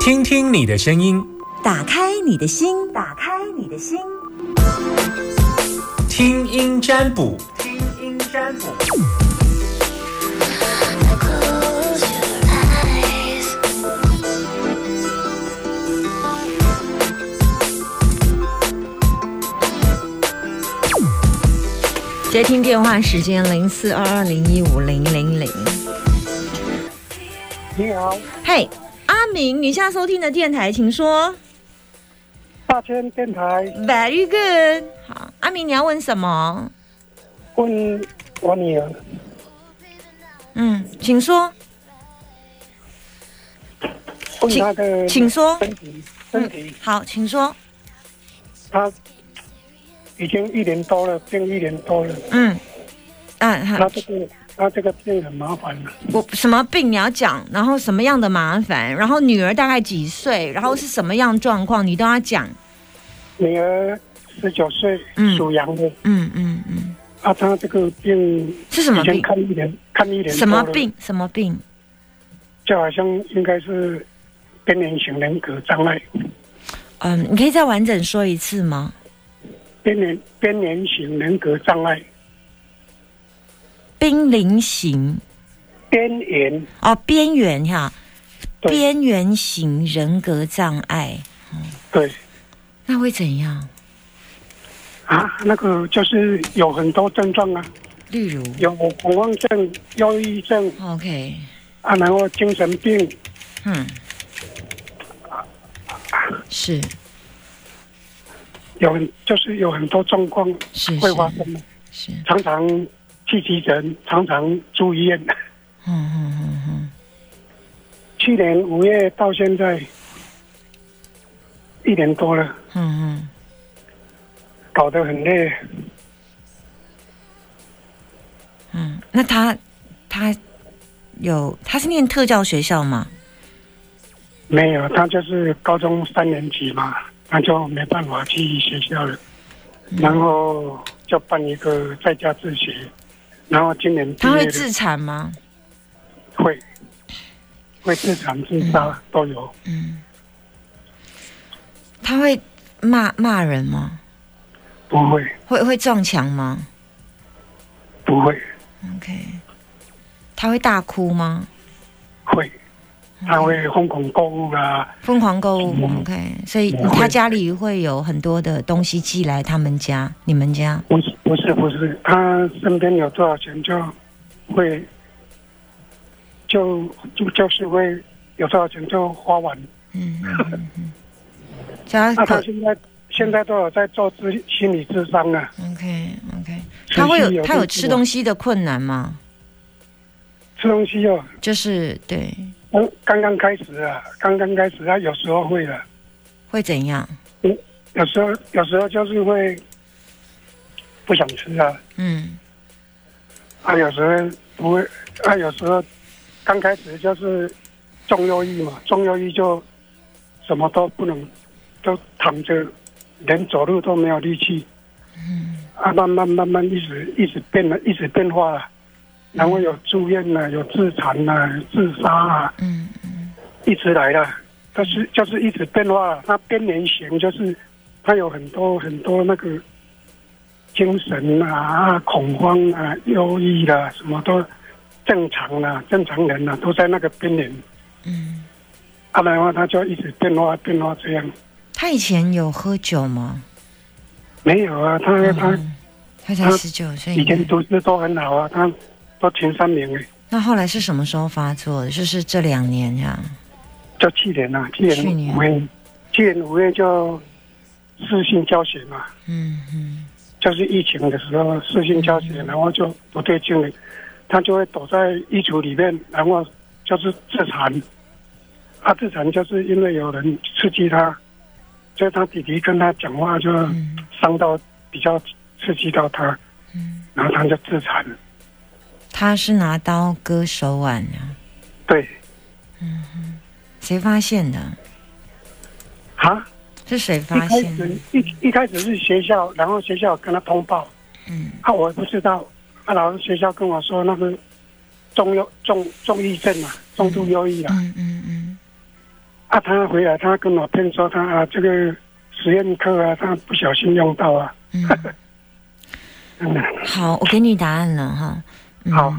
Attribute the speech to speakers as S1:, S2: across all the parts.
S1: 听听你的声音，
S2: 打开你的心，打开你的心，
S1: 听音占卜，听音占卜。
S2: 接听电话时间零四二二零一五零零零。
S3: 你好，
S2: 嘿，阿明，你现在收听的电台，请说。
S3: 大千电台
S2: Very good。好，阿明，你要问什么？
S3: 问我女儿，
S2: 嗯，请说，
S3: 问她的
S2: 请说。
S3: 身体身体，
S2: 嗯好，请说。
S3: 她已经一年多了，病一年多了，
S2: 嗯，嗯，
S3: 她
S2: 好，
S3: 这个她这个病很麻烦的，
S2: 我什么病你要讲，然后什么样的麻烦，然后女儿大概几岁，然后是什么样状况，你都要讲。
S3: 女儿十九岁
S2: 嗯，
S3: 属羊的，
S2: 嗯嗯嗯，
S3: 啊，她这个病
S2: 是什么
S3: 已经
S2: 病？
S3: 看一年看一年
S2: 什么？病？什么病？
S3: 就好像应该是边缘型人格障碍，
S2: 嗯，你可以再完整说一次吗？
S3: 边缘边缘型人格障碍，
S2: 濒临型
S3: 边缘
S2: 哦，边缘哈，
S3: 对
S2: 边缘型人格障碍，
S3: 对
S2: 那会怎样？
S3: 啊，那个就是有很多症状啊。
S2: 例如
S3: 有恐慌症、忧郁症
S2: ，OK，
S3: 啊，然后精神病
S2: 嗯，啊是
S3: 有很就是有很多状况
S2: 是
S3: 会发
S2: 是
S3: 生，
S2: 是，
S3: 常常去急诊，常常住医院。
S2: 嗯嗯嗯嗯，
S3: 去年五月到现在一年多了，
S2: 嗯嗯，
S3: 搞得很累。
S2: 嗯，那他他有他是念特教学校吗？
S3: 没有，他就是高中三年级嘛，那就没办法去学校了，
S2: 嗯
S3: 然后就办一个在家自学，然后今年毕
S2: 他
S3: 业
S2: 会
S3: 了
S2: 自残吗？
S3: 会会自残、自杀都有。
S2: 他会骂骂人吗？
S3: 不会，
S2: 会会撞墙吗
S3: 不会，
S2: ？OK，他会大哭吗？
S3: 会，他会疯狂购物啊，
S2: 疯狂购物、
S3: 嗯
S2: o k 所以
S3: 嗯
S2: 他家里会有很多的东西寄来他们家、你们家，
S3: 不是不是不是，他身边有多少钱就会就就就是会有多少钱就花完。
S2: 嗯，嗯嗯嗯家
S3: 那他
S2: 可
S3: 现在现在都有在做智心理智商啊，
S2: OK OK，他会
S3: 持续
S2: 有他有吃东
S3: 西
S2: 西的困难吗？
S3: 吃东西哦，
S2: 就是对，
S3: 刚刚刚开始啊，刚刚开始他有时候会的、啊，嗯
S2: 会怎样？
S3: 有时候有时候就是会不想吃啊，
S2: 嗯
S3: 啊，有时候不会，啊，有时候刚开始就是重忧郁嘛，重忧郁就什么都不能，都躺着，连走路都没有力气。
S2: 嗯
S3: 啊，慢慢慢慢一直一直变了，一直变化了，
S2: 嗯
S3: 然后有住院了，有自残了，自杀啊，
S2: 嗯
S3: 一直来了，但是就是一直变化了。他边缘型就是他有很多很多那个精神啊、啊恐慌啊、忧郁啦、什么都正常啦、正常人啦、啊都在那个边缘。
S2: 嗯，
S3: 啊，然后他就一直变化变化这样。
S2: 他以前有喝酒吗？
S3: 没有啊，他他
S2: 嗯，他才
S3: 他
S2: 十九岁
S3: 以，前读书都很好啊，他都前三名诶，
S2: 那后来是什么时候发作的？就是这两年呀、
S3: 就去年啊，去
S2: 去
S3: 年
S2: 年
S3: 五月，去年五月就视性教学嘛。
S2: 嗯嗯
S3: 就是疫情的时候，视性交接，然后就不对劲了，他就会躲在衣橱里面，然后就是自残。他、自残就是因为有人刺激他，就是他弟弟跟他讲话就
S2: 嗯
S3: 伤到，比较刺激到他，
S2: 嗯，
S3: 然后他就自残。
S2: 他是拿刀割手腕啊。
S3: 对，
S2: 谁发现的？
S3: 啊，
S2: 是谁
S3: 一
S2: 发
S3: 开
S2: 现的
S3: 始？一一开始是学校，然后学校跟他通报，
S2: 嗯
S3: 啊，我不知道，啊，然后学校跟我说那个
S2: 嗯
S3: 重忧重重抑症啊，重度忧郁啊。
S2: 嗯嗯嗯
S3: 啊，他回来他跟我骗说他啊这个实验课啊，他不小心用到啊。 嗯，
S2: 好，我给你答案了哈。嗯
S3: 好，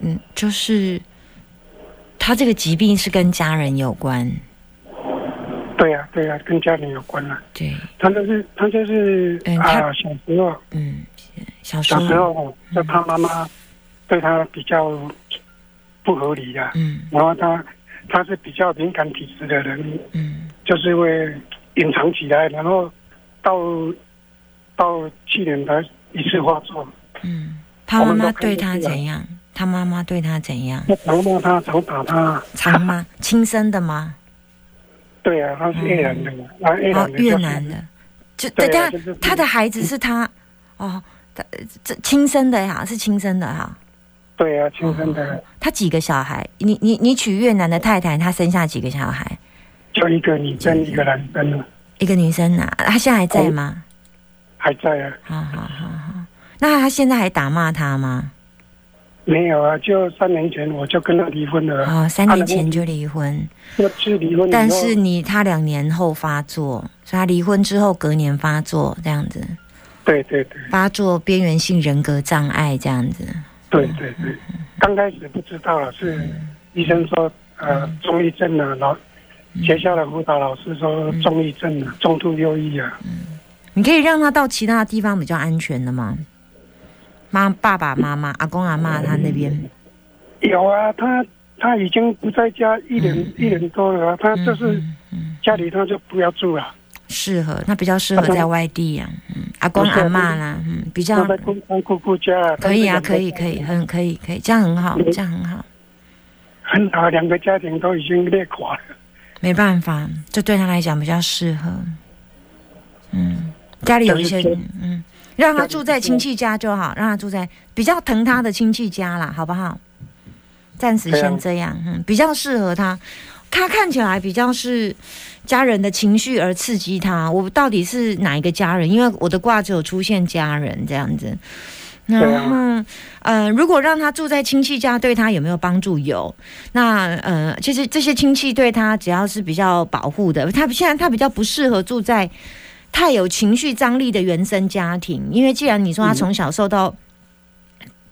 S2: 嗯，就是他这个疾病是跟家人有关，
S3: 对呀、对呀、跟家庭有关了、啊。
S2: 对，
S3: 他就是他就是、
S2: 嗯他
S3: 啊，小时候
S2: 嗯，小时
S3: 小时
S2: 候，
S3: 候，就他妈妈对他比较不合理呀、
S2: 嗯
S3: 然后他他是比较敏感体质的人，
S2: 嗯
S3: 就是会隐藏起来，然后到到去年才一次发作。
S2: 嗯，他
S3: 我
S2: 妈
S3: 们都
S2: 妈
S3: 看
S2: 对
S3: 得
S2: 他
S3: 出来
S2: 怎样？他妈妈对他怎样？
S3: 那常骂他，常打他。
S2: 常 吗？亲生的吗？
S3: 对啊，他是越南的，啊，越
S2: 哦
S3: 南，的，
S2: 越南的，就
S3: 对
S2: 对
S3: 啊
S2: 他
S3: 就是嗯
S2: 他的孩子是他哦，他这亲生的哈，是亲生的哈。
S3: 对啊，亲生的
S2: 他几个小孩？你你你娶越南的太太，她生下几个小孩？
S3: 就一个女生，一个男生，
S2: 一个女生呐、啊，她现在还在吗？
S3: 还在啊，
S2: 好好好好，那她现在还打骂他吗？
S3: 没有啊，就三年前我就跟他离婚了啊，
S2: 哦，三年前就离婚，
S3: 要去离嗯婚以后，
S2: 但是你她两年后发作，所以她离婚之后隔年发作这样子，
S3: 对对对
S2: 发作边缘性人格障碍这样子。
S3: 对
S2: 嗯
S3: 对对，刚开始不知道了，啊是医生说呃中抑症啊，老学校的辅导老师说
S2: 嗯
S3: 中抑症啊，中度忧郁啊，
S2: 你可以让他到其他地方比较安全的吗？妈，爸爸妈妈、阿公阿妈他那边，
S3: 有啊，他他已经不在家一年
S2: 嗯
S3: 一年多了啊，他就是家里他就不要住了。
S2: 适合他比较适合在外地呀、嗯，阿公阿妈啦，嗯，比较
S3: 我在姑姑姑姑家，
S2: 可以啊，可以
S3: 以，
S2: 可以，很可以可以，这样很好，
S3: 嗯
S2: 这样很好，
S3: 很好，两个家庭都已经裂垮了。
S2: 没办法，这对他来讲比较适合。嗯，家里有一些
S3: 但是
S2: 嗯，让他住在亲戚家就好，让他住在比较疼他的亲戚家啦，好不好？暂时
S3: 对啊
S2: 先这样，嗯，比较适合他。他看起来比较是家人的情绪而刺激他。我到底是哪一个家人？因为我的卦只有出现家人这样子。
S3: 对
S2: 然
S3: 啊
S2: 后，呃，如果让他住在亲戚家，对他有没有帮助？有。那呃，其实这些亲戚对他只要是比较保护的，他现在他比较不适合住在太有情绪张力的原生家庭，因为既然你说他从小受到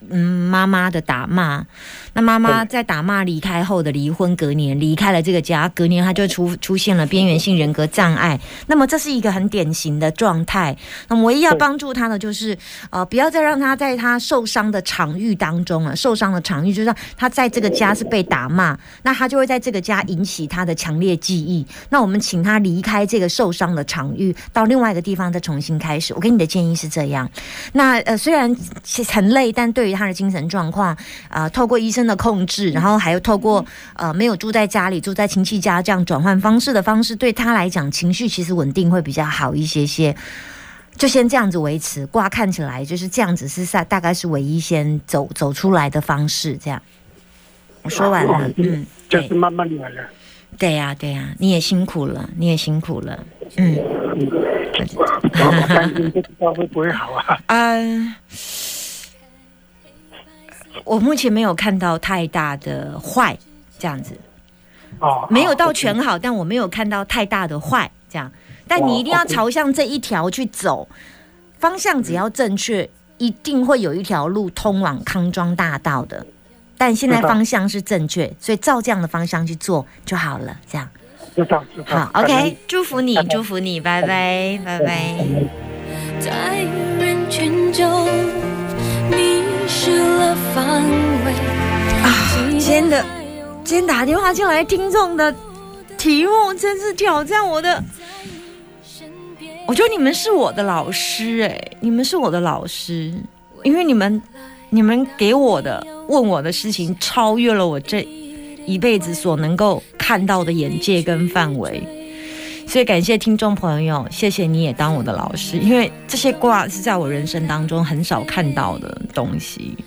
S2: 嗯妈妈的打骂，那妈妈在打骂离开后的离婚，隔年离开了这个家，隔年他就出出现了边缘性人格障碍，那么这是一个很典型的状态。那么唯一要
S3: 对
S2: 帮助他的就是，呃，不要再让他在他受伤的场域当中啊，受伤的场域就是让他在这个家是被打骂，那他就会在这个家引起他的强烈记忆。那我们请他离开这个受伤的场域，到另外一个地方再重新开始。我给你的建议是这样。那呃，虽然其实很累，但对于他的精神状况，呃，透过医生的控制，然后还有透过呃没有住在家里，住在亲戚家这样转换方式的方式，对他来讲情绪其实稳定会比较好一些些。就先这样子维持，卦看起来就是这样子是大大概是唯一先走走出来的方式。这样，我说完了
S3: 哦，
S2: 嗯，
S3: 就
S2: 对。
S3: 是慢慢来了。
S2: 对呀、对呀、你也辛苦了，你也辛苦了，嗯，
S3: 我我担心不知道会不会好啊？
S2: 呃，我目前没有看到太大的坏，这样子，
S3: 哦，
S2: 没有到
S3: 哦
S2: 全好，但我没有看到太大的坏，这样，但你一定要朝向这一条去走，方向只要正确，一定会有一条路通往康庄大道的。但现在
S3: 知道
S2: 方向是正确，所以照这样的方向去做就好了，这样。
S3: 知道知道。
S2: 好，OK，祝嗯福你，祝福你，拜拜，拜拜。
S4: 在人群中迷失了方位啊
S2: 真的今天打电话进来听众的题目真是挑战我的，我觉得你们是我的老师哎、你们是我的老师，因为你们你们给我的问我的事情超越了我这一辈子所能够看到的眼界跟范围，所以感谢听众朋友，谢谢你也当我的老师，因为这些卦是在我人生当中很少看到的东西。